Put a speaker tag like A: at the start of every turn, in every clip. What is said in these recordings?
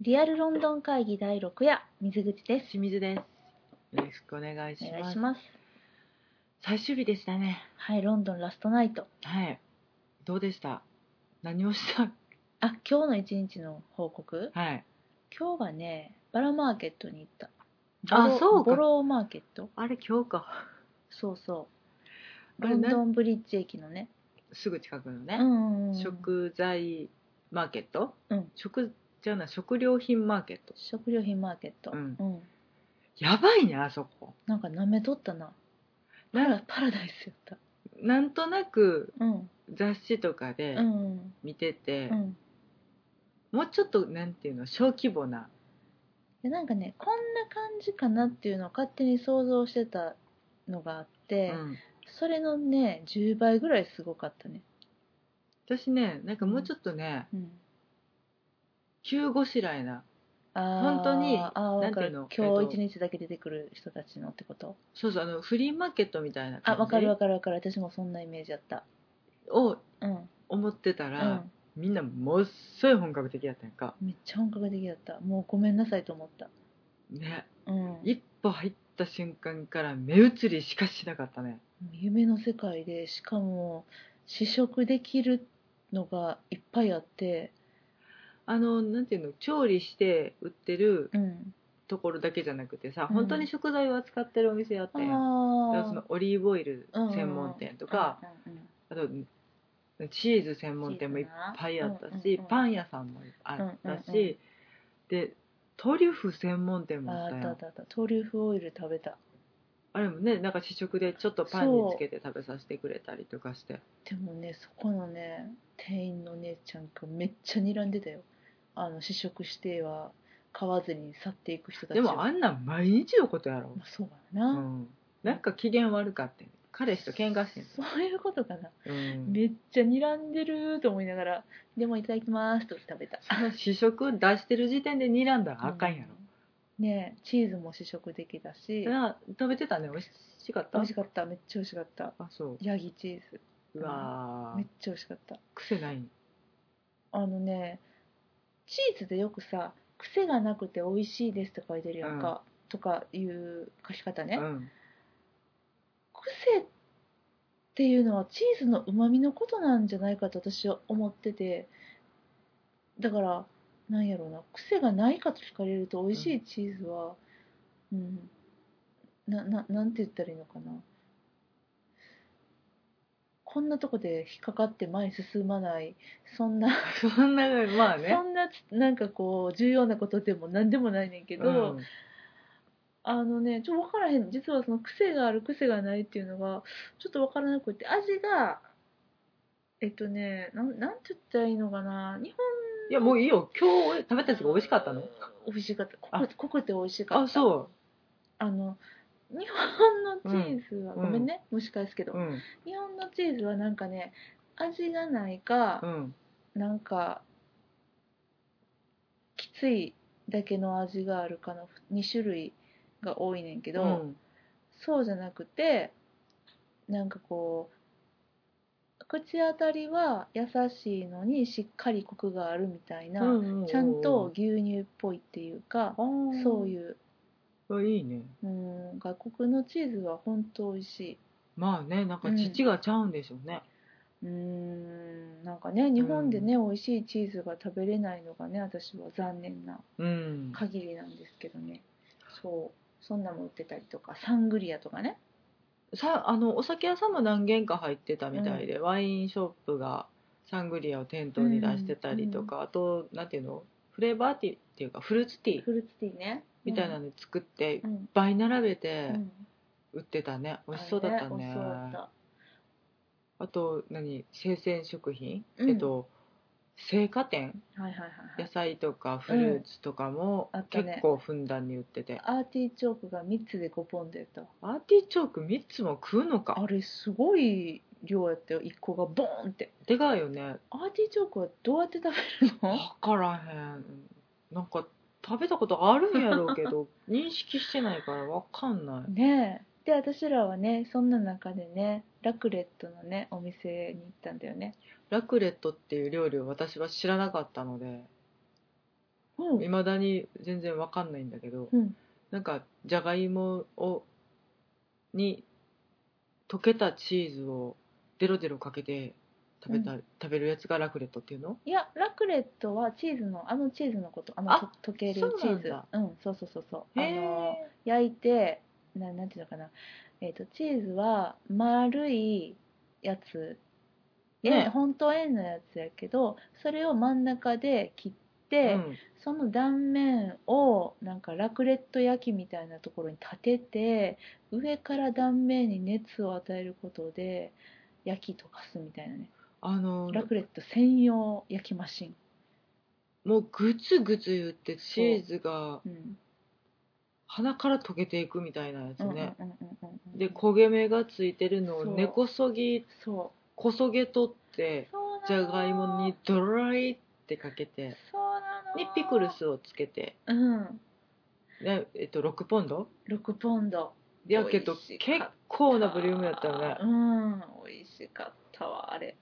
A: リアルロンドン会議第6夜水口です
B: 清水です。よろしくお願いし
A: お
B: ます。
A: 願いします
B: 最終日でしたね。
A: はいロンドンラストナイト
B: はい。どうでした何をした
A: あ今日の一日の報告
B: はい。
A: 今日はねバラマーケットに行ったボ
B: あ
A: ロ
B: そうか
A: ボローマーケット
B: あれ、今日か。
A: そうそう
B: あ
A: ロ
B: れ
A: ンド
B: な
A: ンブリッジ駅のね
B: すぐ近くの
A: う
B: ね、
A: んうんうん
B: 食材マーケット、
A: うん
B: 食じゃない、食料品マーケット。
A: 食料品マーケット、
B: うんやばいね、あそこ。
A: なんか舐めとったなパ
B: な
A: ラパラダイスやった
B: なんとなく
A: うん
B: 雑誌とかで
A: うん
B: 見てて、
A: うん
B: もうちょっと、なんていうの、小規模な。
A: でなんかねこんな感じかなっていうのを勝手に想像してたのがあって、
B: うん
A: それのね10倍ぐらいすごかったね
B: 私ね、なんかもうちょっとね、
A: うん
B: 急ごしらえな。
A: あー
B: 本当に
A: あーわかる
B: なんていうの
A: 今
B: えっ
A: 日
B: と
A: 一日だけ出てくる人たちのってこと
B: そうそう、あの、フリーマーケットみたいな感
A: あ
B: じ。
A: わかるわかるわかる私もそんなイメージあった
B: を
A: うん
B: 思ってた
A: う
B: ら、
A: ん
B: みんなもっそい本格的やったやんか
A: めっちゃ本格的だったもうごめんなさいと思った
B: ね
A: うん
B: 一歩入った瞬間から目移りしかしなかったね
A: 夢の世界でしかも試食できるのがいっぱいあって
B: あのなんていうの調理して売ってる
A: うん
B: ところだけじゃなくてさ、
A: うん
B: 本当に食材を扱ってるお店あったやん、だからその
A: あ
B: オリーブオイル
A: うんうんうん
B: 専門店と
A: と
B: か、あとチーズ専門店もいっぱいあった
A: う
B: し、
A: んうんうん
B: パン屋さんもあったし、
A: うんうんうん
B: でトリュフ専門店もあ
A: あ
B: った
A: ーあっ
B: や
A: たあ
B: ん
A: ったあったトリュフオイル食べた
B: あれもねなんか試食でちょっとパンにつけて食べさせてくれたりとかして
A: でもねそこのね店員の姉ちゃんがめっちゃ睨んでたよあの試食しては買わずに去っていく人たち
B: で
A: を
B: もあんなん毎日のことやろ
A: ま、あ、そうや
B: う
A: な、
B: ん、なんか機嫌悪かってん彼氏と喧嘩してん
A: そういうことかな、
B: うん
A: めっちゃ睨んでると思いながらでもいただきますと食べた
B: その試食出してる時点で睨んだらあかんやろ、
A: うんねえチーズも試食できたし
B: な食べてたね美味しかった
A: 美味しかっためっちゃ美味しかった
B: あそ
A: ヤギチーズ
B: ううわ
A: めっ
B: ー
A: ちゃ美味しかった
B: 癖ないん
A: あのねチーズでよくさ癖がなくて美味しいですとか書いてるやんか、とかいう書き方ね、
B: うん
A: 癖っていうのはチーズのうまみのことなんじゃないかと私は思っててだからなんやろうな癖がないかと聞かれると美味しいチーズはうん、なななんて言ったらいいのかなこんなとこで引っかかって前に進まないそんな、
B: そんなまあね
A: そんなつなんかこう重要なことでも何でもないねんけど、
B: うん
A: あのね、ちょっと分からへん。実はその癖がある、癖がないっていうのが、ちょっと分からなくて、味が、えっとね、なん、なんて言ったらいいのかな。日本
B: いやもういいよ今日食べたやつが美味しかったの
A: 美味しかった。濃
B: あ
A: く濃くて美味しかった。
B: あそ
A: あの、日本のチーズは、
B: うん
A: ごめんね、蒸し返すけど、
B: ううん
A: 日本のチーズはなんかね、味がないか
B: う、ん
A: なんか、きついだけの味があるかの2種類が多いねんけど、
B: うん
A: そうじゃなくてなんかこう口当たりは優しいのにしっかりコクがあるみたいな、
B: うん
A: ちゃんと牛乳っぽいっていうか、そう
B: う
A: いう、
B: あいいね
A: うん、外国のチーズは本当美味しい。
B: まあねなんか父がちゃうんでしょうね、
A: うんなんかね日本でね、美味しいチーズが食べれないのがね私は残念な
B: うん
A: 限りなんですけどねそうそんなもん売ってたりとかサングリアとかね
B: さあのお酒屋さんも何軒か入ってたみたいで、ワインショップがサングリアを店頭に出してたりとか、あとなんていうのフレーバーティーっていうかフルーツティー
A: フルーツティーね
B: みたいなの作っていっ
A: うん、うん
B: ぱい並べて
A: うん
B: 売ってたね、美味しそうだった
A: あれ美
B: ね
A: 味しそうだった
B: あと何生鮮食品、
A: うん
B: えっと青果店
A: はいはいはいは
B: 野
A: い
B: 菜とかフルーツとかも
A: うんあったね
B: 結構ふんだんに売ってて、
A: アーティチョークが3つで5ポンドやったわ
B: アーティチョーク3つも食うのか
A: あれすごい量やったよ1個がボーンって
B: でかいよね
A: アーティチョークはどうやって食べるの
B: わからへんなんか食べたことあるんやろう けど認識してないからわかんない
A: ねえで私らはねそんな中でねラクレットのねお店に行ったんだよね
B: ラクレットっていう料理を私は知らなかったので
A: うん
B: いまだに全然わかんないんだけど
A: うん
B: なんかじゃがいもをに溶けたチーズをデロデロかけて食べた、食べるやつがラクレットっていうの
A: いやラクレットはチーズのあのチーズのことあの
B: あ
A: と溶けるチ
B: そうなん
A: ーズ
B: だ
A: うんそうそうそうそうあ
B: へ
A: の焼いてななんていうのかな、えー、とチーズは丸いやつ、
B: ね
A: 円本当円のやつやけどそれを真ん中で切っ
B: え
A: て、
B: うん
A: その断面をなんかラクレット焼きみたいなところに立てて上から断面に熱を与えることで焼き溶かすみたいなね
B: あの
A: ラクレット専用焼きマシン、
B: もうグツグツ言ってチーズが
A: うん
B: 鼻から溶けていくみたいなやつ
A: うんうんうん
B: ね、
A: うんうん
B: で焦げ目がついてるのを
A: そう
B: 根こそぎ
A: そ
B: こそげ取っ
A: う
B: て
A: そうなの
B: じゃがいもにドロリってかけて
A: そうなの
B: にピクルスをつけて、
A: うん
B: ねえっと、6ポンド
A: 6ポンド
B: やけど
A: 美味
B: 結
A: しかった
B: 構なボリュームやったよね
A: うん美味しかったわあれ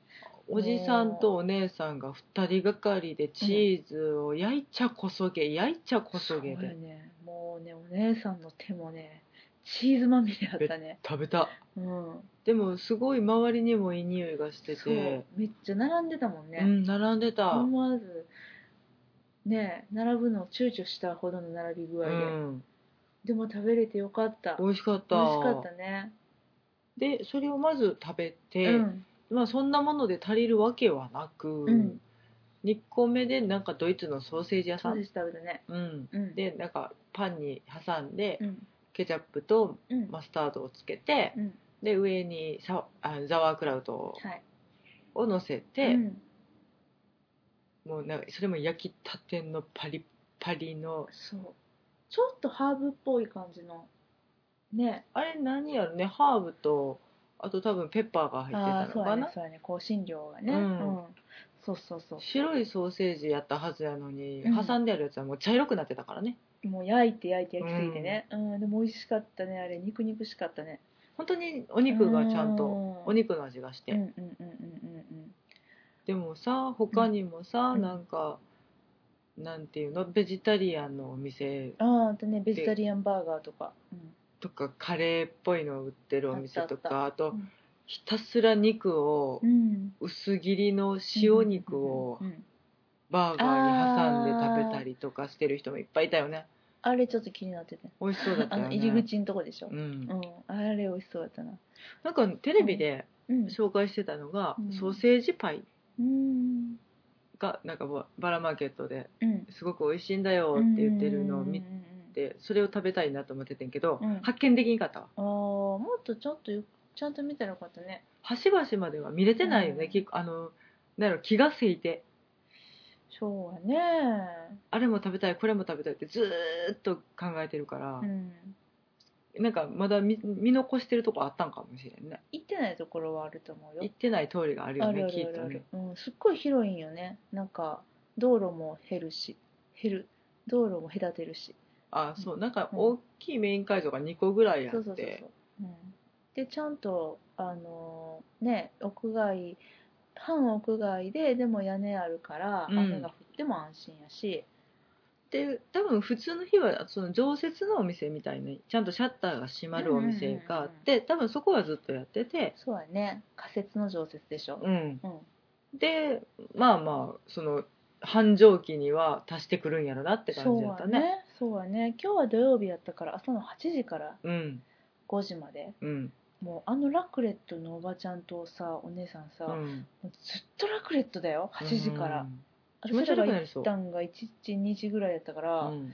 B: おじさんとお姉さんが2人がかりでチーズを焼いちゃこそげ焼いちゃこそげ
A: すごい
B: で
A: ねもうねお姉さんの手もねチーズまみれやったね
B: 食べた
A: うん
B: でもすごい周りにもいい匂いがして
A: そう
B: て
A: めっちゃ並んでたもん
B: う,、
A: ね、
B: ん並んでた、
A: 思わずね並ぶのを躊躇したほどの並び具合
B: う
A: で、
B: ん、
A: でも食べれてよかった
B: 美味しかった
A: 美味しかったね
B: でそれをまず食べて、
A: うん
B: まあそんなもので足りるわけはなく、
A: うん
B: 2個目でなんかドイツのソーセージ屋
A: そ
B: さ
A: うんで、した食べたね
B: うん、
A: うん
B: でなんかパンに挟んで、
A: うん
B: ケチャップと
A: うん、
B: マスタードをつけて、
A: うん
B: で上にサあザワークラウト
A: はい
B: をのせて、
A: うん、
B: もうなんかそれも焼きたてのパリッパリの
A: そうちょっとハーブっぽい感じのね
B: あれ何やろねハーブとあと多分ペッパーが入
A: あ
B: っ
A: あ
B: てた
A: そ
B: の
A: うや
B: か
A: ね
B: な、
A: そうやね香辛料がね、
B: うん
A: うんそうそうそ
B: 白いソーセージやったはずやのに、
A: うん
B: 挟んであるやつはもう茶色くなってたからね
A: うもう焼いて焼いて焼きすぎてね、うんでも美味しかったねあれ肉肉しかったね
B: 本当にお肉がちゃんとお
A: 肉
B: 肉の味がして、
A: うんうんうんうんうんうん
B: でもさ他にもさ、
A: うん
B: なんかなんていうのベジタリアンのお店
A: ああとねベジタリアンバーガーとか、うん
B: とかカレーっぽいのを売ってるお店とかあ
A: う
B: と
A: ん
B: ひたすら肉を
A: うん、
B: 薄切りの塩肉を
A: うんうんうん
B: バーガーに挟んで食べたりとかしてる人もいっぱいいたよね
A: あれちょっと気になってて、
B: 美味しそうだった
A: あ
B: よ
A: の
B: ね
A: 入り口のとこでしょ、う
B: うんん、
A: あれ美味しそうだったな
B: なんかテレビで
A: うん
B: 紹介してたのが、
A: うん
B: ソーセージパイ
A: うん
B: がなんかババラマーケットで
A: うん
B: すごく美味しいんだよって言ってるのを見
A: うんうんうんうん
B: てそれを食べたいなと思っててんけど、
A: うん
B: 発見できんかったわ
A: ああもっとちょっとよちゃんと見たらよかったね
B: 端々までは見れてないよね、
A: うん
B: 結構あのなんやろ気がせいて
A: そうやね
B: あれも食べたいこれも食べたいってずーっと考えてるから
A: う、ん
B: なんかまだ見見残してるとこあったんかもしれんね
A: 行ってないところはあると思うよ
B: 行ってない通りがあるよ
A: あ
B: ね
A: るあ
B: き
A: る
B: っ
A: ある
B: と
A: あ
B: ね
A: る、うん、すっごい広いんよねなんか道路も減るし減る道路も隔てるし
B: あそうなんか大きいメイン会場が2個ぐらいあ
A: そう
B: っ
A: そうそう
B: て
A: そう、うん、でちゃんとあのーね屋外半屋外ででも屋根あるから
B: うん
A: 雨が降っても安心やし、
B: で多分普通の日はその常設のお店みたいにちゃんとシャッターが閉まるお店があって、多分そこはずっとやってて
A: そうやね仮設の常設でしょ、
B: うん
A: うん
B: でまあまあその繁盛期には足してくるんやろなって感
A: そう
B: じだ
A: や
B: ったね
A: ねそうやね今日は土曜日やったから朝の8時から
B: うん
A: 5時まで
B: うん
A: もうあのラクレットのおばちゃんとさお姉さんさ、
B: う
A: も
B: ん
A: うずっとラクレットだよ8時から、
B: 気持
A: 私ら
B: ち悪
A: が
B: くなり
A: 行
B: そう
A: ったんが1時2時ぐらいやったから、
B: うんうん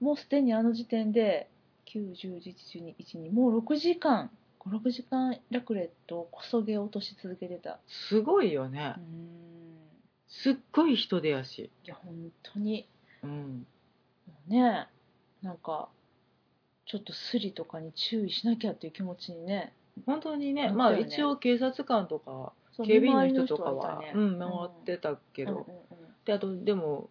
A: もうすでにあの時点で9101112もう6時間56時間ラクレットをこそげ落とし続けてた
B: すごいよね
A: うーん
B: すっごい人出やし、
A: いや本当に
B: うん、
A: もうねなんかちょっとスリとかに注意しなきゃっていう気持ちにね
B: 本当にね
A: 本当
B: まあ
A: よね
B: 一応警察官とか
A: そう
B: 警備員
A: 見
B: の
A: 回り
B: 人とかはい
A: たね
B: うん回ってたけど、であとでも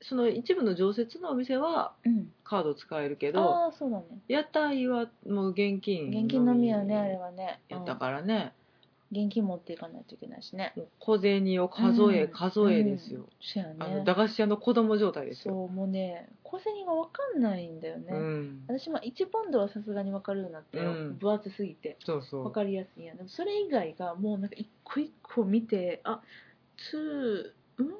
B: その一部の常設のお店は
A: うん、うんうん
B: カード使えるけ
A: うん、
B: ど
A: ああそうだね
B: 屋台はもう現金
A: 現金のみやねあれはね
B: やったからね、
A: 現金持っていかないといけないしね
B: もう小銭を数え、
A: うん
B: 数えですよ、
A: そうやね
B: あの駄菓子屋の子供状態ですよ
A: そうもうね小銭が分かんないんだよね、
B: うん、
A: 私も1ポンドはさすがに分かるようになって、
B: うん
A: 分厚すぎて
B: そうそ
A: 分
B: う
A: かりやすいんやでもそれ以外がもうなんか一個一個見てあツーん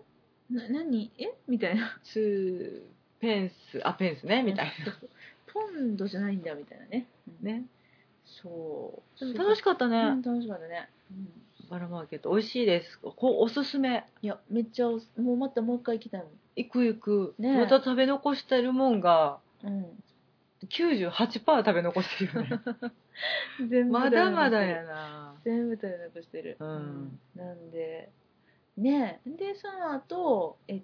A: な何えみたいな
B: ツーペンスあペンスねみたい
A: そうそうポンドじゃないんだみたいなね、うん
B: なね
A: そう
B: でも 楽しかったね、
A: うん楽しかったね、うん
B: バラマーケット美味しいですこおすすめ
A: いやめっちゃおすもうまたもう一回行きたいも
B: 行く行く、
A: ねえ
B: また食べ残してるもんが
A: ん、
B: 98%食べ残してるよ ね
A: うん、全
B: まだまだやな
A: 全部食べ残してる、
B: うん
A: なんでねえでその後えっ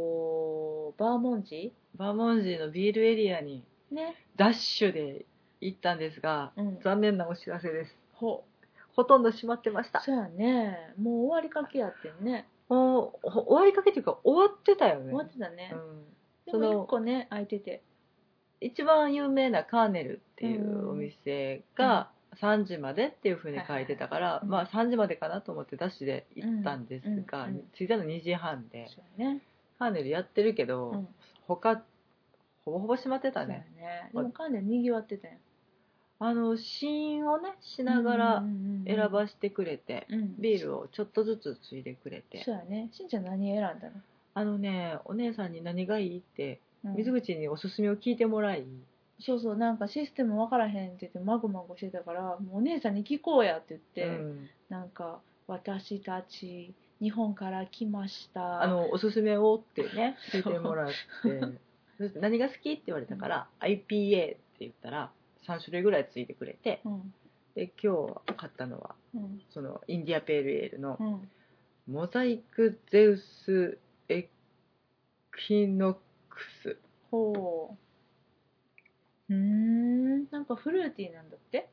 A: とバーモンジ
B: バーモンジーのビールエリアに
A: ね
B: ダッシュで行ったんですが
A: うん
B: 残念なお知らせです
A: ほ
B: ほとんど閉まってました
A: そうやねもう終わりかけやってんね
B: もうほ終わりかけというか終わってたよ
A: 終
B: ね
A: わってたね
B: う、ん
A: で
B: その
A: も一個ね空いてて
B: 一番有名なカーネルってい
A: ん
B: うお店が3時までっていうふうに書いてたから、
A: うん
B: まあ3時までかなと思ってダッシュで行ったんですが、
A: うんうんうん
B: 着いたの2時半で
A: そうやね
B: カーネルやってるけど、
A: うん
B: 他ほぼほぼ閉まって
A: そ
B: た
A: うや
B: ね、
A: ねでもかなりにぎわってたやん
B: あの試飲をねしながら選ば
A: し
B: してくれ
A: て、
B: て、
A: うん、
B: ビールをちょっとずつついでくれて
A: そうやねしんちゃん何選んだの、
B: あのねお姉さんに何がいいって
A: うん
B: 水口におすすめを聞いてもらい、
A: そうそうなんかシステム分からへんって言ってマグマグしてたからもうお姉さんに聞こうやって言って、
B: うん
A: なんか「私たち日本から来ました」
B: あのおすすめをってね
A: そ
B: 聞
A: う
B: いてもらってそ して何が好きって言われたから、IPA って言ったら3種類ぐらいついてくれて
A: うん
B: で今日買ったのは
A: うん
B: そのインディアペールエールの
A: うん
B: モザイクゼウスエキノックス
A: ほううーんなんかフルーティーなんだって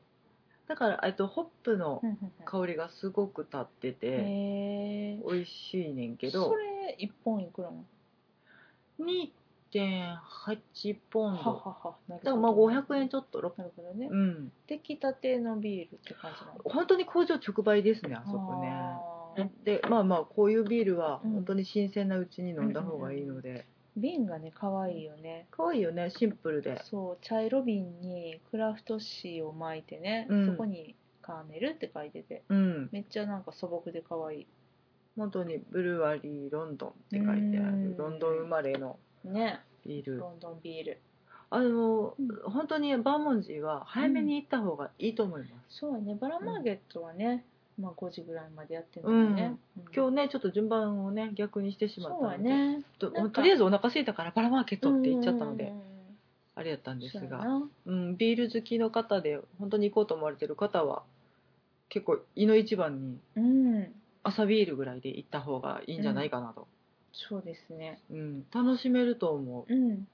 B: だからえっとホップの
A: うんうんうん
B: 香りがすごく立ってて、
A: へえ
B: 美味しいねんけ
A: そ
B: ど
A: れ一本いくらなの
B: 2.8ポン
A: はは
B: ド
A: はなるほ
B: だか
A: ど
B: らまあ500円ちょっと6
A: なるほどね
B: うん
A: 出来たてのビールって感じなの
B: 本当に工場直売ですねあそこね
A: あー
B: でまあまあこういうビールは
A: うん
B: 本当に新鮮なうちに飲んだ方がいいので、
A: 瓶がね可愛いよね
B: 可愛いよねシンプルで
A: そう茶色瓶にクラフト紙を巻いてね、
B: うん
A: そこに「カーネル」って書いてて
B: うん
A: めっちゃなんか素朴で可愛い
B: 本当にブルワリーロンドンって書いてあ
A: うん
B: るロンドン生まれの
A: ね
B: ビール
A: ロンドンビール
B: あの
A: うん
B: 本当にバーモンジーは早めに行った方がいいと思います、
A: そうやねバラマーケットはね、まあ5時ぐらいまでやってるのでね、うん
B: 今日ねちょっと順番をね逆にしてしまっ
A: そう
B: た
A: や
B: ので、
A: ね
B: と
A: なんか
B: とりあえずお腹空いたからバラマーケットって言っちゃったので、
A: うん
B: あれやったんです
A: そうや
B: が、
A: な
B: うん、ビール好きの方で本当に行こうと思われてる方は結構胃の一番に
A: うん
B: 朝ビールぐらいで行った方がいいんじゃないかなと、
A: そうですね
B: うん楽しめると思う
A: うん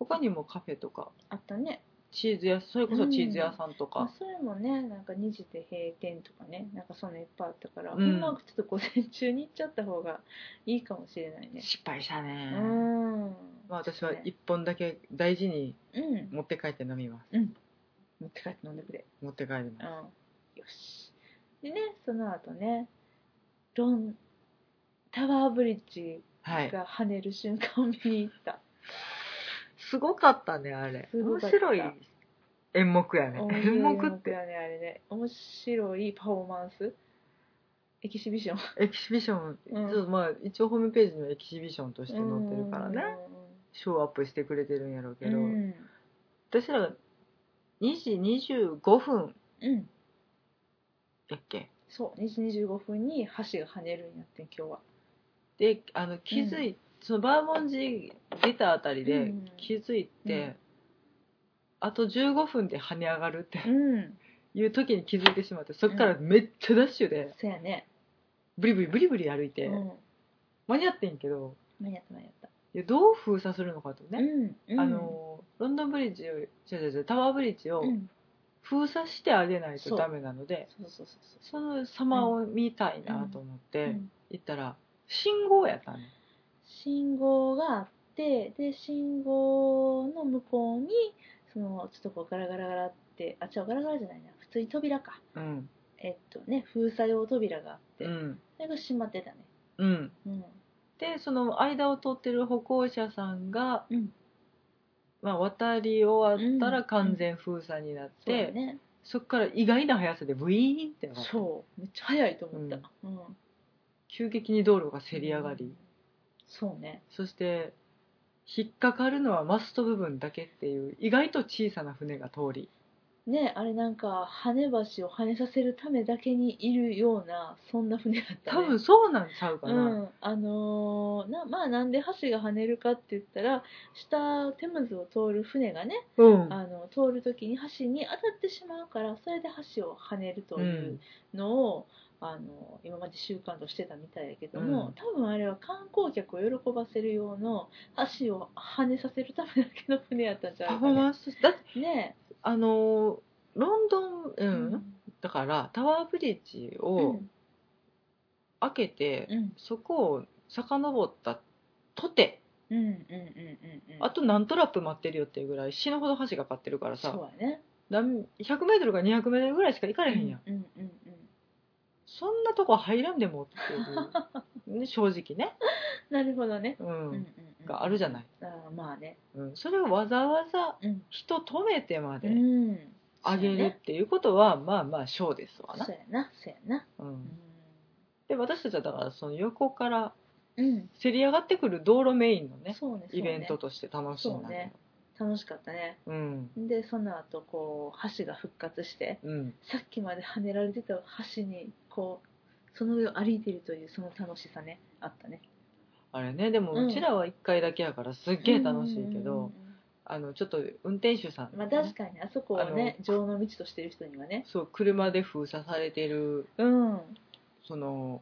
B: 他にもカフェとか
A: あったね
B: チーズ屋それこそチーズ屋さんと
A: まあ
B: か、
A: それもねなんか2時で閉店とかねなんかそんないっぱいあったから、
B: う
A: うんん、まくちょっと午前中に行っちゃった方がいいかもしれないね
B: 失敗したね、
A: うん
B: まあ、私は
A: そうね
B: 1本だけ大事に
A: うん
B: 持って帰って飲みます、
A: うん持って帰って飲んでくれ
B: 持って帰り
A: うん
B: ま
A: よしでねその後ねロンタワーブリッジ
B: す、はい、
A: が跳ねる瞬間を見に行った、
B: すごかったねあれ
A: すご
B: 面
A: かった
B: 白い演目やね
A: 面白い
B: 演目って
A: やねあれね面白いパフォーマンスエキシビション
B: エキシビション、
A: うん
B: そうまあ、一応ホームページにはエキシビションとして載ってるからね、ショーアップしてくれてるんやろうけ
A: うん
B: ど、
A: うん
B: 私らが2時25分
A: うん
B: やっけ
A: そう2時25分に箸が跳ねるんやってん今日は
B: であの気づい、そのバーモンジー出たあたり
A: う
B: で
A: ん
B: 気づいて、
A: うん
B: あと15分で跳ね上がるって
A: うん
B: いう時に気づいてしまってそっからめっちゃダッシュで
A: そうやね
B: ブリブリブリブリ歩いて、
A: うん
B: 間に合ってんけど
A: 間に合った間に合った
B: いやどう封鎖するのかとね、
A: うんうん
B: あのロンドンブリッジを違う違う違うタワーブリッジを
A: うん
B: 封鎖してあげない
A: そ
B: と
A: う
B: ダメなので、
A: そうそうそうそう
B: その様を見たいなと思っ
A: う
B: て
A: ん
B: 行ったら信号やったね
A: 信号があってで信号の向こうにそのちょっとこうガラガラガラってあ違うガラガラじゃないな普通に扉か、
B: うん
A: ええっとね封鎖用扉があって、
B: うん
A: それが閉まってたね
B: うん、
A: うん
B: でその間を通ってる歩行者さんが、
A: うん
B: まあ、渡り終わった
A: う
B: ら
A: ん
B: 完全封鎖になっ
A: そう
B: て、
A: だね
B: そっから意外な速さでブイーンってなって
A: そうめっちゃ早いと思ったうん、
B: 急激に道路がせり上がり、
A: そうね
B: そして引っかかるのはマスト部分だけっていう意外と小さな船が通り
A: ねあれなんか跳ね橋を跳ねさせるためだけにいるようなそんな船だった、ね、
B: 多分そうなんちゃうかな、
A: うん、あのーなまあなんで橋が跳ねるかって言ったら下テムズを通る船がね、
B: うん
A: あの通る時に橋に当たってしまうからそれで橋を跳ねると
B: う
A: いうんのを、あの今まで習慣としてたみたいやけども、
B: うん
A: 多分あれは観光客を喜ばせる用の橋を跳ねさせるためだけの船やったんじゃな
B: パ
A: い
B: フ
A: か
B: ォー
A: ね
B: マンスだって
A: ね
B: あのロンドン、う
A: え、うん
B: だからタワーブリッジを開けて、
A: うん
B: そこを遡ったとて
A: うんうんうんうんうん
B: あと何トラップ待ってるよっていうぐらい死ぬほど橋がかってるからさ
A: そうやね
B: 何 100m か 200m ぐらいしか行かれへんやん、
A: うんうんうん
B: そんなとこ入らんでもっ ていう、ね、正直ね、
A: なるほどね
B: うん
A: うんうんうん
B: があるじゃない、
A: あーまあね
B: うん、それをわざわざ
A: うん
B: 人止めてま
A: う
B: で
A: ん
B: あげるっていうことは、まあまあショーですわな
A: そう、やなそうやな
B: う、
A: うんん
B: で私たちはだからその横から
A: うん
B: せり上がってくる道路メインのね
A: そうねそうね
B: イベントとして楽しいんだけ
A: そ
B: ど
A: うね楽しかったね
B: うん
A: でその後こう橋が復活して
B: うん
A: さっきまで跳ねられてた橋にこうその上を歩いているというその楽しさねあったね
B: あれねでも
A: うん
B: うちらは1回だけやからすっげえ楽しいけ
A: うんうん
B: ど、
A: うん
B: あのちょっと運転手さん、
A: うんまあ確かにあそこをね情の道としてる人にはね
B: そう車で封鎖されてる
A: うん
B: その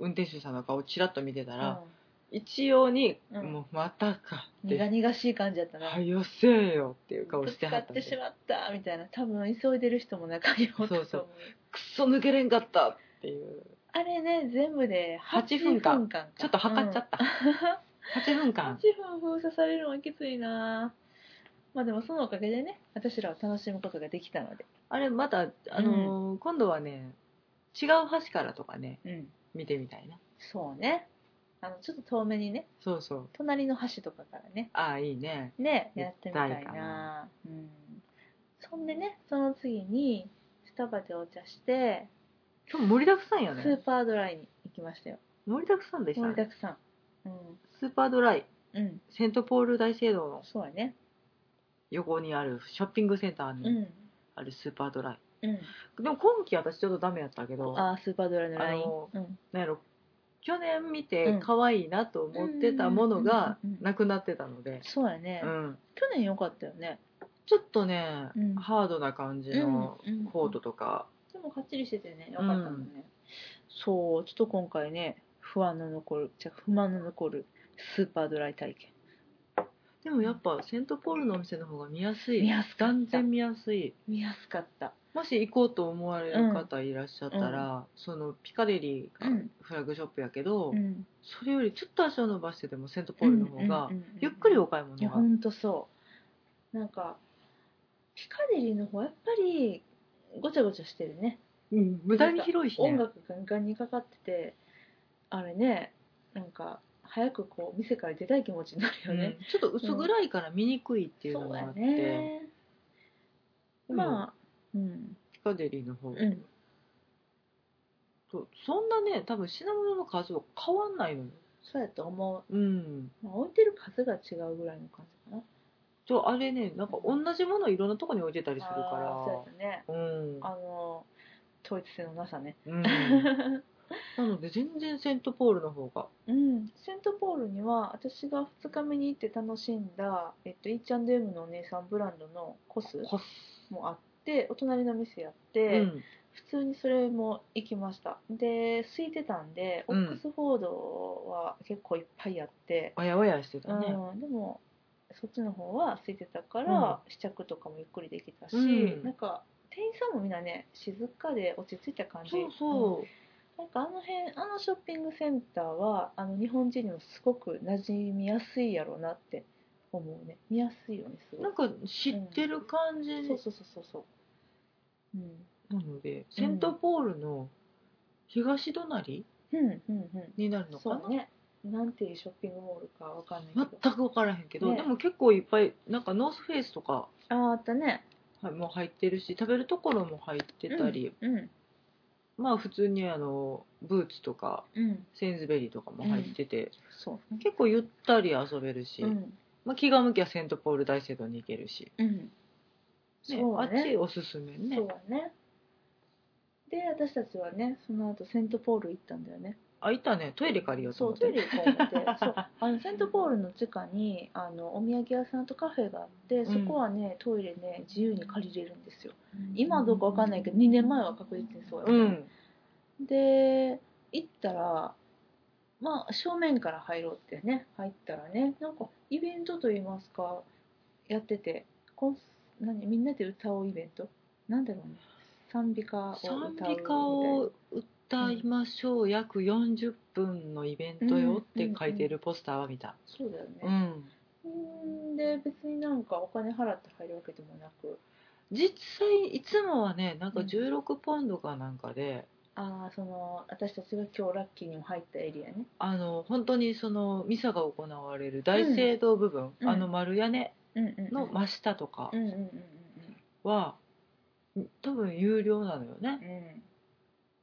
B: 運転手さんの顔をちらっと見てた
A: う
B: ら、
A: ん
B: 一様に、
A: うん
B: もうまたかって
A: 苦々しい感じだったな
B: はよせえよっていう顔
A: ぶ
B: し
A: つ
B: て
A: か
B: は
A: っ
B: ったんで
A: てしまったみたいな多分急いでる人も中におったと思う
B: そうくっそ抜けれんかったっていう
A: あれね全部で
B: 8
A: 8
B: 分
A: 分
B: 間
A: 間
B: ちょっと測っちゃ
A: っ
B: った、8分
A: た
B: 間
A: 8分封鎖されるのはきついなまあでもそのおかげでね私らを楽しむことができたので
B: あれまたあのー今度はね違う橋からとかね
A: うん
B: 見てみたいな
A: そうねあのちょっと遠目にね
B: そうそう
A: 隣の橋とかからね
B: ああいいね
A: ねやってみたい
B: 行
A: な
B: きたいかな
A: うんそんでねその次にスタバでお茶して
B: 今日盛りだくさんや
A: スー
B: ね
A: パードライに行きましたよ
B: 盛りだくさんでした
A: 盛りだ
B: ね
A: くさんうん
B: スーパードライ
A: うん
B: セントポール大聖堂の
A: そうやね
B: 横にあるショッピングセンター
A: う
B: に
A: ん
B: あるスーパードライ、
A: うん
B: でも今期私ちょっとダメやったけど
A: あースーパードライのライン
B: あの
A: うん
B: なんやろ去年見
A: う
B: て
A: ん
B: 可愛いなと思ってたものが
A: うんうんうんうん
B: なくなってたので、
A: そうやね、
B: うん、
A: 去年良かったよね
B: ちょっとね、
A: うん
B: ハードな感じの
A: うんうん
B: コートとか、
A: でもかっちりしててね良かったもんね、そうちょっと今回ね不安の残るじゃ不満の残るスーパードライ体験
B: でもやっぱセントポールのお店の方が見やすい
A: 見やすかった
B: 断然見やすい
A: 見やすかった
B: もし行こうと思われる方いらっしゃったら、そのピカデリーが
A: うん
B: フラッグショップやけど、
A: ん
B: それよりちょっと足を伸ばしてでもセントポールの方がゆっくりお買い
A: いや
B: 物が、
A: ほんとそうなんかピカデリーの方はやっぱりごちゃごちゃしてるね
B: うん無駄に広いし
A: 音
B: ね
A: 楽ガンガンにかかっててあれねなんか早くこう店から出たい気持ちになるよね、
B: うんちょっと薄暗いから見にくいっていうの
A: そう
B: もあ
A: や
B: って、
A: ね
B: うん
A: まあうん
B: ピカデリーの方、
A: うん
B: とそんなね多分品物の数は変わんないのよ
A: そうやと思
B: うん
A: う、まあ、置いてる数が違うぐらいの感じかな
B: とあれねなんか同じものをいろんなとこに置いてたりする
A: あーそうやっ
B: か
A: たね
B: らうん、
A: あの統一性のなさね
B: うん、なので全然セントポールの方が
A: うんセントポールには私が2日目に行って楽しんだ、えっと、H&M のお姉さんブランドのコス
B: コス、
A: もあってお隣の店やっ
B: う
A: て、
B: ん、
A: 普通にそれも行きましたで空いてたんでオ
B: うん
A: ックスフォードは結構いっぱいあって、
B: おやおやしてたね、
A: うん、でもそっちの方は空いてたから、試着とかもゆっくりできたし、
B: うん
A: なんか店員さんもみんなね静かで落ち着いた感じ
B: そうそう、
A: うんなんかあの辺あのショッピングセンターはあの日本人にもすごく馴染みやすいやろうなって思うね見やすいよねすご
B: なん
A: い
B: か知ってる感じ、
A: そうそうそうそうそう、うん、
B: なのでセントポールの東隣
A: うんうんう
B: になる
A: ん
B: のか
A: そ
B: な
A: う、ねなんていうショッピングモールかわかんないけど、
B: 全く分からへんけど、
A: ね
B: でも結構いっぱいなんかノースフェイスとか
A: あーあったね
B: はいもう入ってるし食べるところも入ってたり、
A: うん
B: まあ普通にあのブーツとか
A: うん
B: センズベリーとかも入ってて、
A: そうね
B: 結構ゆったり遊べるし、
A: うん
B: まあ、気が向きゃセントポール大聖堂に行けるし、
A: うん
B: ね
A: そう
B: あっち
A: ね
B: おすすめね
A: そうだねで私たちはねその後セントポール行ったんだよね
B: あいたねトイレ借りようと
A: そ
B: 思
A: う
B: って
A: トイレ行こう思って そうあのセントポールの地下にあのお土産屋さんとカフェがあってそこはね、トイレね自由に借りれるんですよ今はどうかわかんないけど2年前は確実にそうやった
B: う
A: ね、
B: ん
A: で行ったらまあ正面から入ろうってね入ったらねなんかイベントといいますかやっててコンス何みんなで歌おうイベントなんだろうね賛美歌を歌う
B: 賛
A: みたい
B: 美歌を歌いましょう、約40分のイベント
A: うん
B: よって書いてるポスターは見た、
A: そうだよ
B: うん
A: ね、うん、で別になんかお金払って入るわけでもなく
B: 実際いつもはねなんか
A: うん
B: 16ポンドかなんかで、
A: ああその私たちが今日ラッキーにも入ったエリアね
B: あの本当にそのミサが行われる大聖堂部分、
A: うん
B: あの丸屋根
A: うんうんうん
B: の真下とか
A: うんうんうん
B: は、多分有料なのよね
A: うんうん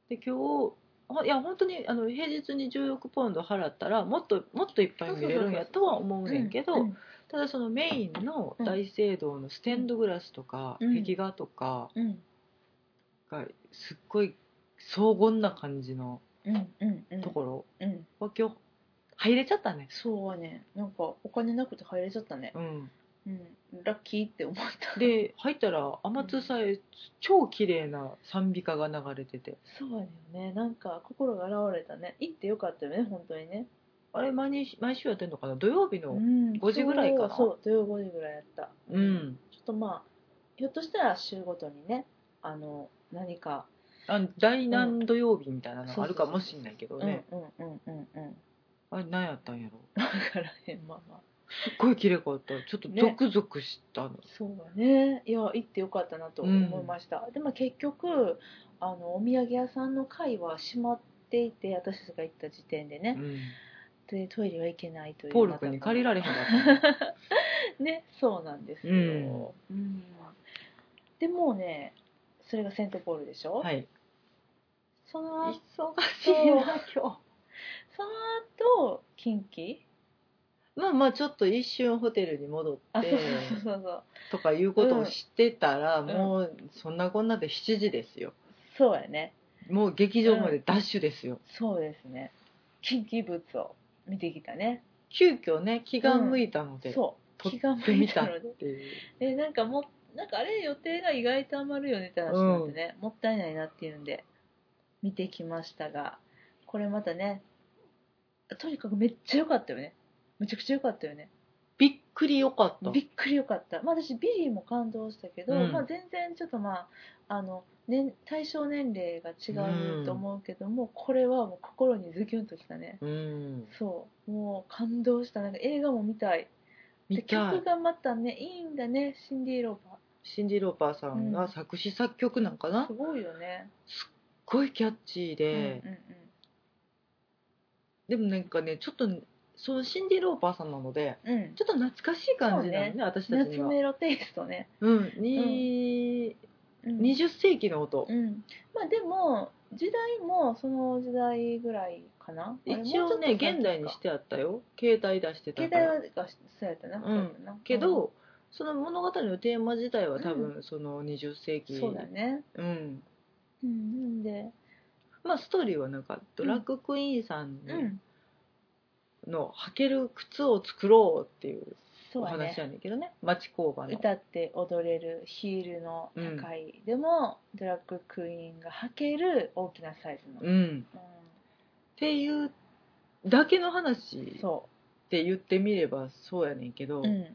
B: で今日ほいや本当にあの平日に16ポンド払ったらもっともっといっぱい見れるんやとは思うねんけど、
A: うん
B: ただそのメインの大聖堂のステンドグラスとか、
A: うん
B: 壁画とか
A: うん
B: がすっごい荘厳な感じの
A: うんうんうん
B: ところ
A: うん
B: は今日入れちゃったね。
A: そうはねなんかお金なくて入れちゃったね
B: うん、
A: うんラッキーって思った
B: で入ったら天津さえ超綺麗な賛美歌が流れてて
A: そうだよねなんか心が現れたね行ってよかったよね本当にね
B: あれ毎日毎週やってんのかな土曜日
A: う
B: の
A: ん
B: 5時ぐらいかな
A: そう土曜5時ぐらいやった
B: うん、
A: ちょっとまあひょっとしたら週ごとにねあの何か
B: あの第何土曜日みたいなのがあるか
A: そうそう
B: も
A: そう
B: し
A: そうん
B: ないけ
A: う
B: ど
A: ん
B: ね
A: うんうんうんうん
B: あれ何やったんやろ
A: だからへんまあまあ
B: すっごい綺麗かったちょっと
A: ね
B: ゾクゾクしたの、
A: そうだねいや行ってよかったなと思いました、でも結局あのお土産屋さんの会は閉まっていて私たちが行った時点でね、
B: うん、
A: でトイレは行けないという
B: ポール君に借りられへんかった
A: ねそうなんですよ、うんでもうねそれがセントポールでしょ、
B: はい。
A: その後
B: しいな
A: 今その後近畿
B: まあまあちょっと一瞬ホテルに戻って
A: あそうそうそうそう
B: とかいうことをしてたら、
A: ん
B: もうそんなこんなで7時ですよ。
A: そうやね
B: もう劇場までダッシュですよ。
A: そうですね近畿物を見てきたね
B: 急遽ね気が向いたので、
A: そう
B: 撮
A: 気が
B: って
A: 向い
B: み
A: た
B: たっ
A: ので
B: ていう。
A: でなんかもなんかあれ予定が意外と余るよねって話になってね、もったいないなっていうんで見てきましたがこれまたねとにかくめっちゃ良かったよねめちゃくちゃ良かったよね
B: びっくりよかった。
A: びっくり良かった、まあ、私ビリーも感動したけど、
B: うん
A: まあ、全然ちょっとまああの、ね、対象年齢が違うと思うけども、これはもう心にズキュンときたね
B: うん。
A: そうもう感動したなんか映画も見たい
B: 見た
A: で曲
B: い。
A: がまたねいいんだねシンディ・ローパー
B: シンジローパーさんが作詞作曲なんかな。す
A: す
B: っ
A: ごいよね。
B: ごいキャッチーで、
A: うんうん
B: でもなんかねちょっとそのシンディ・ローパーさんなので
A: うんうん。
B: ちょっと懐かしい感じなのね
A: そう
B: 私たちに
A: 夏
B: は。
A: メロテイストね。
B: うん、に、
A: うん
B: 20世紀の音、
A: うん。まあでも時代もその時代ぐらいかな。あれ
B: 一応ね現代にし。てあったよ携帯出して
A: も
B: た
A: うちょっと先か携帯は
B: から
A: がそうやったな。
B: ん
A: そうやったな
B: け、ど、その物語のテーマ自体は多分その20世
A: う
B: 紀、
A: んそうだね。
B: うん
A: うん。なんで、
B: まあストーリーはなんかドラッグクイーンさん
A: う
B: の,、
A: ん。
B: 履ける靴を作ろうっていう
A: そ
B: お
A: うや
B: 話
A: ね。
B: なんだけどね町工場の
A: 歌って踊れるヒールの高い、でもドラッグクイーンが履ける大きなサイズの、
B: うんっていうだけの話
A: うん
B: っ
A: そ
B: て言ってみればそうやねんけど、
A: う、うん、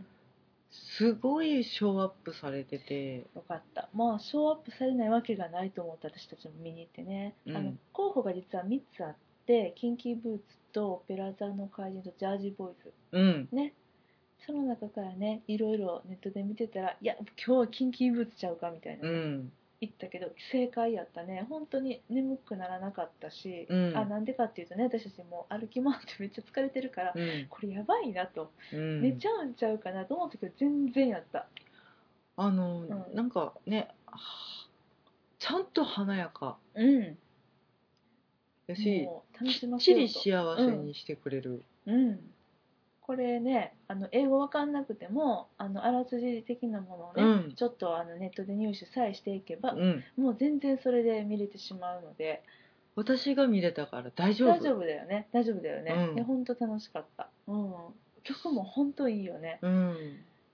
B: すごいショーアップされてて
A: よかったまあショーアップされないわけがないと思って私たちも見に行ってね、
B: うん
A: あの候補が実は3つあってキンキーブーツとオペラ座の怪人とジャージーボーイズ
B: うん
A: ねその中からねいろいろネットで見てたらいや今日はキンキーブーツちゃうかみたいな、
B: うん
A: 行ったけど正解やったね本当に眠くならなかったし、
B: うん
A: あなんでかっていうとね私たちもう歩き回ってめっちゃ疲れてるから、
B: うん
A: これやばいなと、
B: うん
A: 寝ちゃうんちゃうかなと思ったけど全然やった
B: あの、
A: うん
B: なんかねはあちゃんと華やか
A: うん
B: やし
A: もう楽し
B: きっ
A: ま
B: ち
A: せよう
B: り
A: と
B: 幸せにしてくれる、
A: うん、これねあの英語わかんなくてもあのあらすじ的なものをね、
B: うん
A: ちょっとあのネットで入手さえしていけば、
B: うん
A: もう全然それで見れてしまうので
B: 私が見れたから大丈夫
A: 大丈夫だよね大丈夫だよね、
B: うん
A: いや本当楽しかった、うん、曲も本当いいよね
B: うん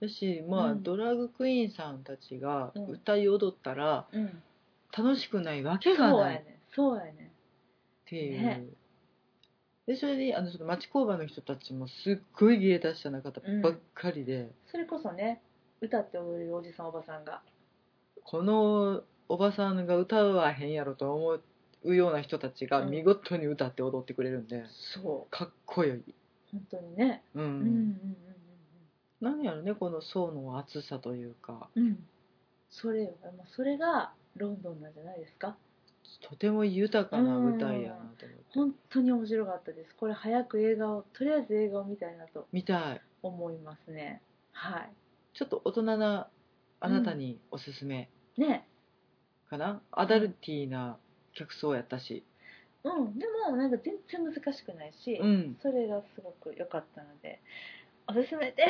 B: だしまあ、
A: うん
B: ドラッグクイーンさんたちが
A: うん
B: 歌い踊ったら
A: うん
B: 楽しくないわ
A: そ
B: けが
A: うや
B: ないっ
A: ねそうやね
B: ていう、
A: ね
B: でそれであのその町工場の人たちもすっごい芸達者な方ばっかりで、
A: それこそね歌って踊れるおじさんおばさんが
B: このおばさんが歌わへんやろと思うような人たちが
A: うん
B: 見事に歌って踊ってくれるんで、
A: そう
B: かっこよい、
A: 本当にね、
B: うん
A: うん、うん
B: なんやろねこの層の厚さというか
A: うんうんうんそれよまあそれがロンドンなんじゃないですか
B: とても豊かな舞台やなと思って、
A: 本当に面白かったですこれ早く映画をとりあえず映画を見たいなと
B: 見たい
A: 思いますねは
B: ちょっと大人なあなたにおすすめ
A: いね
B: かな、アダルティーな客層やったし、
A: うんでもなんか全然難しくないし、
B: うん
A: それがすごく良かったのでおすすめで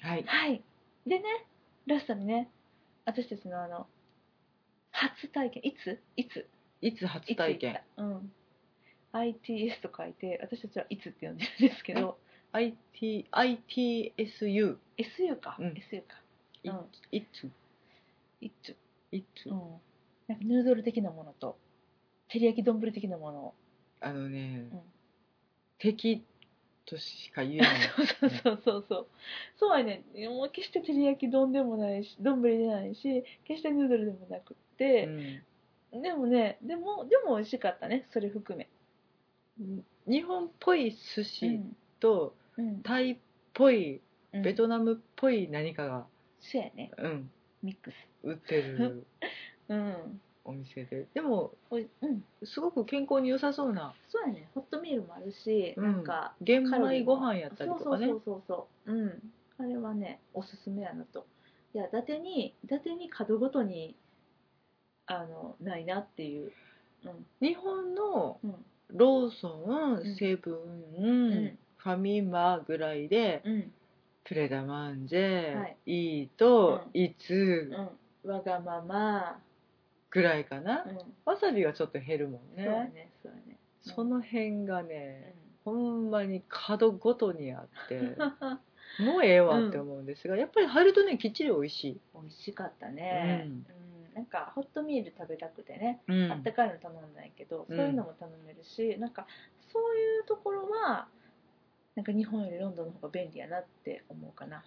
A: す
B: はい、
A: はいでねラストにね私たちのあの初体験いついつ
B: いつ初
A: いつ行
B: 体
A: っ
B: 験
A: たうん ITS と書いて私たちはいつって呼んでるんですけど
B: IT ITSU
A: SU か、
B: うん
A: SU か
B: い
A: うん
B: いつ
A: いつ
B: いつ
A: うん、なんかヌードル的なものと照り焼き丼的なものを
B: あのね、
A: うん
B: 敵としか言えない
A: そうそうそうそうそうやねもう決して照り焼き丼でもないし丼でないし決してヌードルでもなくって、でもねでもでも美味しかったねそれ含め、
B: うん日本っぽい寿
A: う
B: 司
A: ん
B: と
A: うん
B: タイっぽい
A: うん、
B: ベトナムっぽい何かが、
A: そうやね
B: うん、
A: ミックス
B: 売ってる
A: うん
B: お店ででも
A: おいうん
B: すごく健康に良さそうな
A: そうやねホットミールもあるし、
B: うん
A: なんか
B: 玄
A: カロリ
B: 米
A: ーも
B: ご飯やったりとかね
A: そうそうそうそううんあれはねおすすめやなといや伊達に伊達に角ごとにあのないなっていううん
B: 日本の
A: うん
B: ローソ
A: うん
B: ンセブン、
A: ん
B: ファミマぐらいで、
A: うん
B: プレダマンジェ、
A: はい
B: い、いと、
A: う
B: いつ
A: うんわがまま
B: ぐらいかな、
A: うん
B: わさびがちょっと減るもん
A: そうや
B: ね
A: ねそうやね
B: その辺が
A: うん
B: ね、ほんまに角ごとにあって もうええわって思うんですが、やっぱり入るとねきっちり美味しい、
A: 美味しかったね
B: う
A: うん
B: ん、
A: なんかホットミール食べたくてね
B: うん
A: あったかいの頼んだんやけど、そういうのも頼めるしなんかそういうところはなんか日本よりロンドンの方が便利やなって思うかな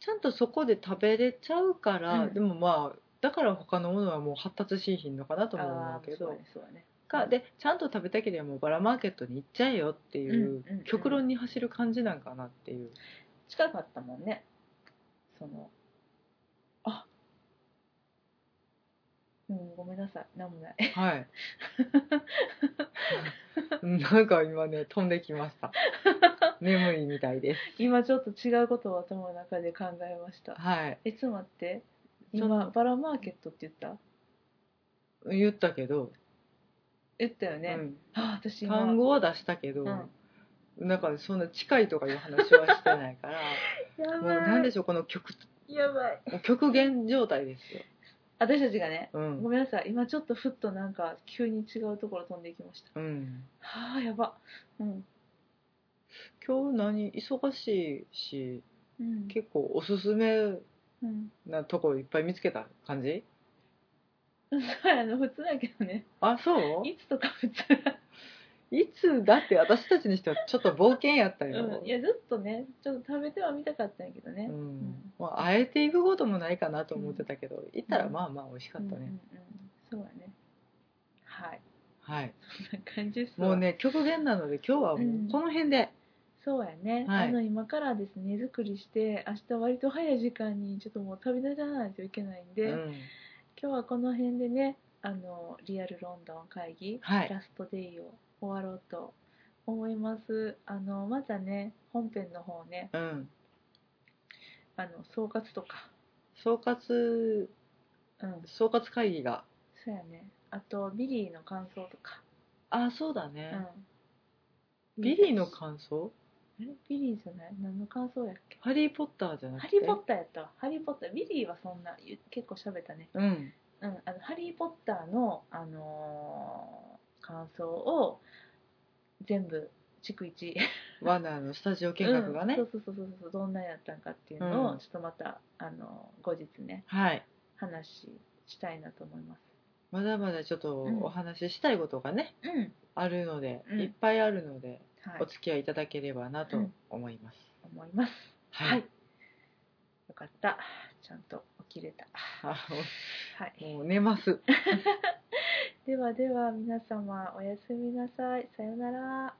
B: ちゃんとそこで食べれちゃうから、
A: うん
B: でもまあだから他のものはもう発達しひんのかなとも
A: あ
B: 思
A: あ
B: うけど、
A: ーそうだね
B: かでちゃんと食べたければもうバラマーケットに行っちゃえよっていう、
A: うんうんうん
B: 極論に走る感じなんかなっていう
A: 近かったもんねそのあうんごめんなさいなんもない
B: はいなんか今ね飛んできました眠いみたいです
A: 今ちょっと違うことを頭の中で考えました
B: はい
A: えちょっと待って
B: そ
A: 今
B: の
A: バラマーケットって言った
B: 言ったけど、
A: 言ったよね、
B: うん
A: あー私今
B: 単語は出したけど、なんかそんな近いとかいう話はしてないから
A: やばい
B: もうなんでしょうこの極
A: やばい
B: 極限状態ですよ、
A: 私たちがね
B: う
A: ご
B: ん
A: めんなさい今ちょっとふっとなんか急に違うところ飛んでいきました
B: うん、
A: はあやばうん、
B: 今日何忙しいし
A: うん
B: 結構おすすめ
A: うん、
B: なとこいっぱい見つけた感じ
A: そうやの普通だけどね
B: あそう
A: いつとか普通
B: いつだって私たちにしてはちょっと冒険やったよ、
A: うん、いやずっとねちょっと食べてはみたかったんやけどね、
B: う
A: うん
B: んまあ、あえていくこともないかなと思ってたけど、行ったらまあまあ美味しかった
A: うんうん
B: ね、
A: そうだねはい
B: はい
A: そんな感じっすわ
B: もうね極限なので今日はもうこの辺で、
A: そうやね、
B: はい
A: あの今からですね手作りして明日割と早い時間にちょっともう旅立たないといけないんで、
B: うん
A: 今今日はこの辺でねあのリアルロンドン会議、
B: はい
A: ラストデイを終わろうと思いますあのまたね本編の方ね
B: うん
A: あの総括とか
B: 総括
A: うん
B: 総括会議が
A: そうやねあとビリーの感想とか、
B: あそうだ
A: う
B: ね、
A: ん、
B: ビリーの感想
A: あれビリーじゃない何の感想やっけ
B: ハリー・ポッターじゃなく
A: ハ
B: て
A: リー・ポッターやったわハリー・ポッタービリーはそんなゆ結構喋ったね
B: うん
A: うん、あのハリー・ポッターの、あのー感想を全部逐一
B: ワーナーのスタジオ見学がね、
A: うんそうそうそうそうどんなんやったんかっていうの
B: う
A: を
B: ん
A: ちょっとまた、あのー後日ね
B: はい
A: 話ししたいなと思います
B: まだまだちょっと
A: うん
B: お話ししたいことがね、
A: うん
B: あるので、
A: うん
B: いっぱいあるので
A: はい
B: お付き合いいただければなと思います、
A: 思います
B: はい、
A: よかったちゃんと起きれた
B: あ
A: はい
B: もうもう寝ます
A: ではでは皆様おやすみなさいさようなら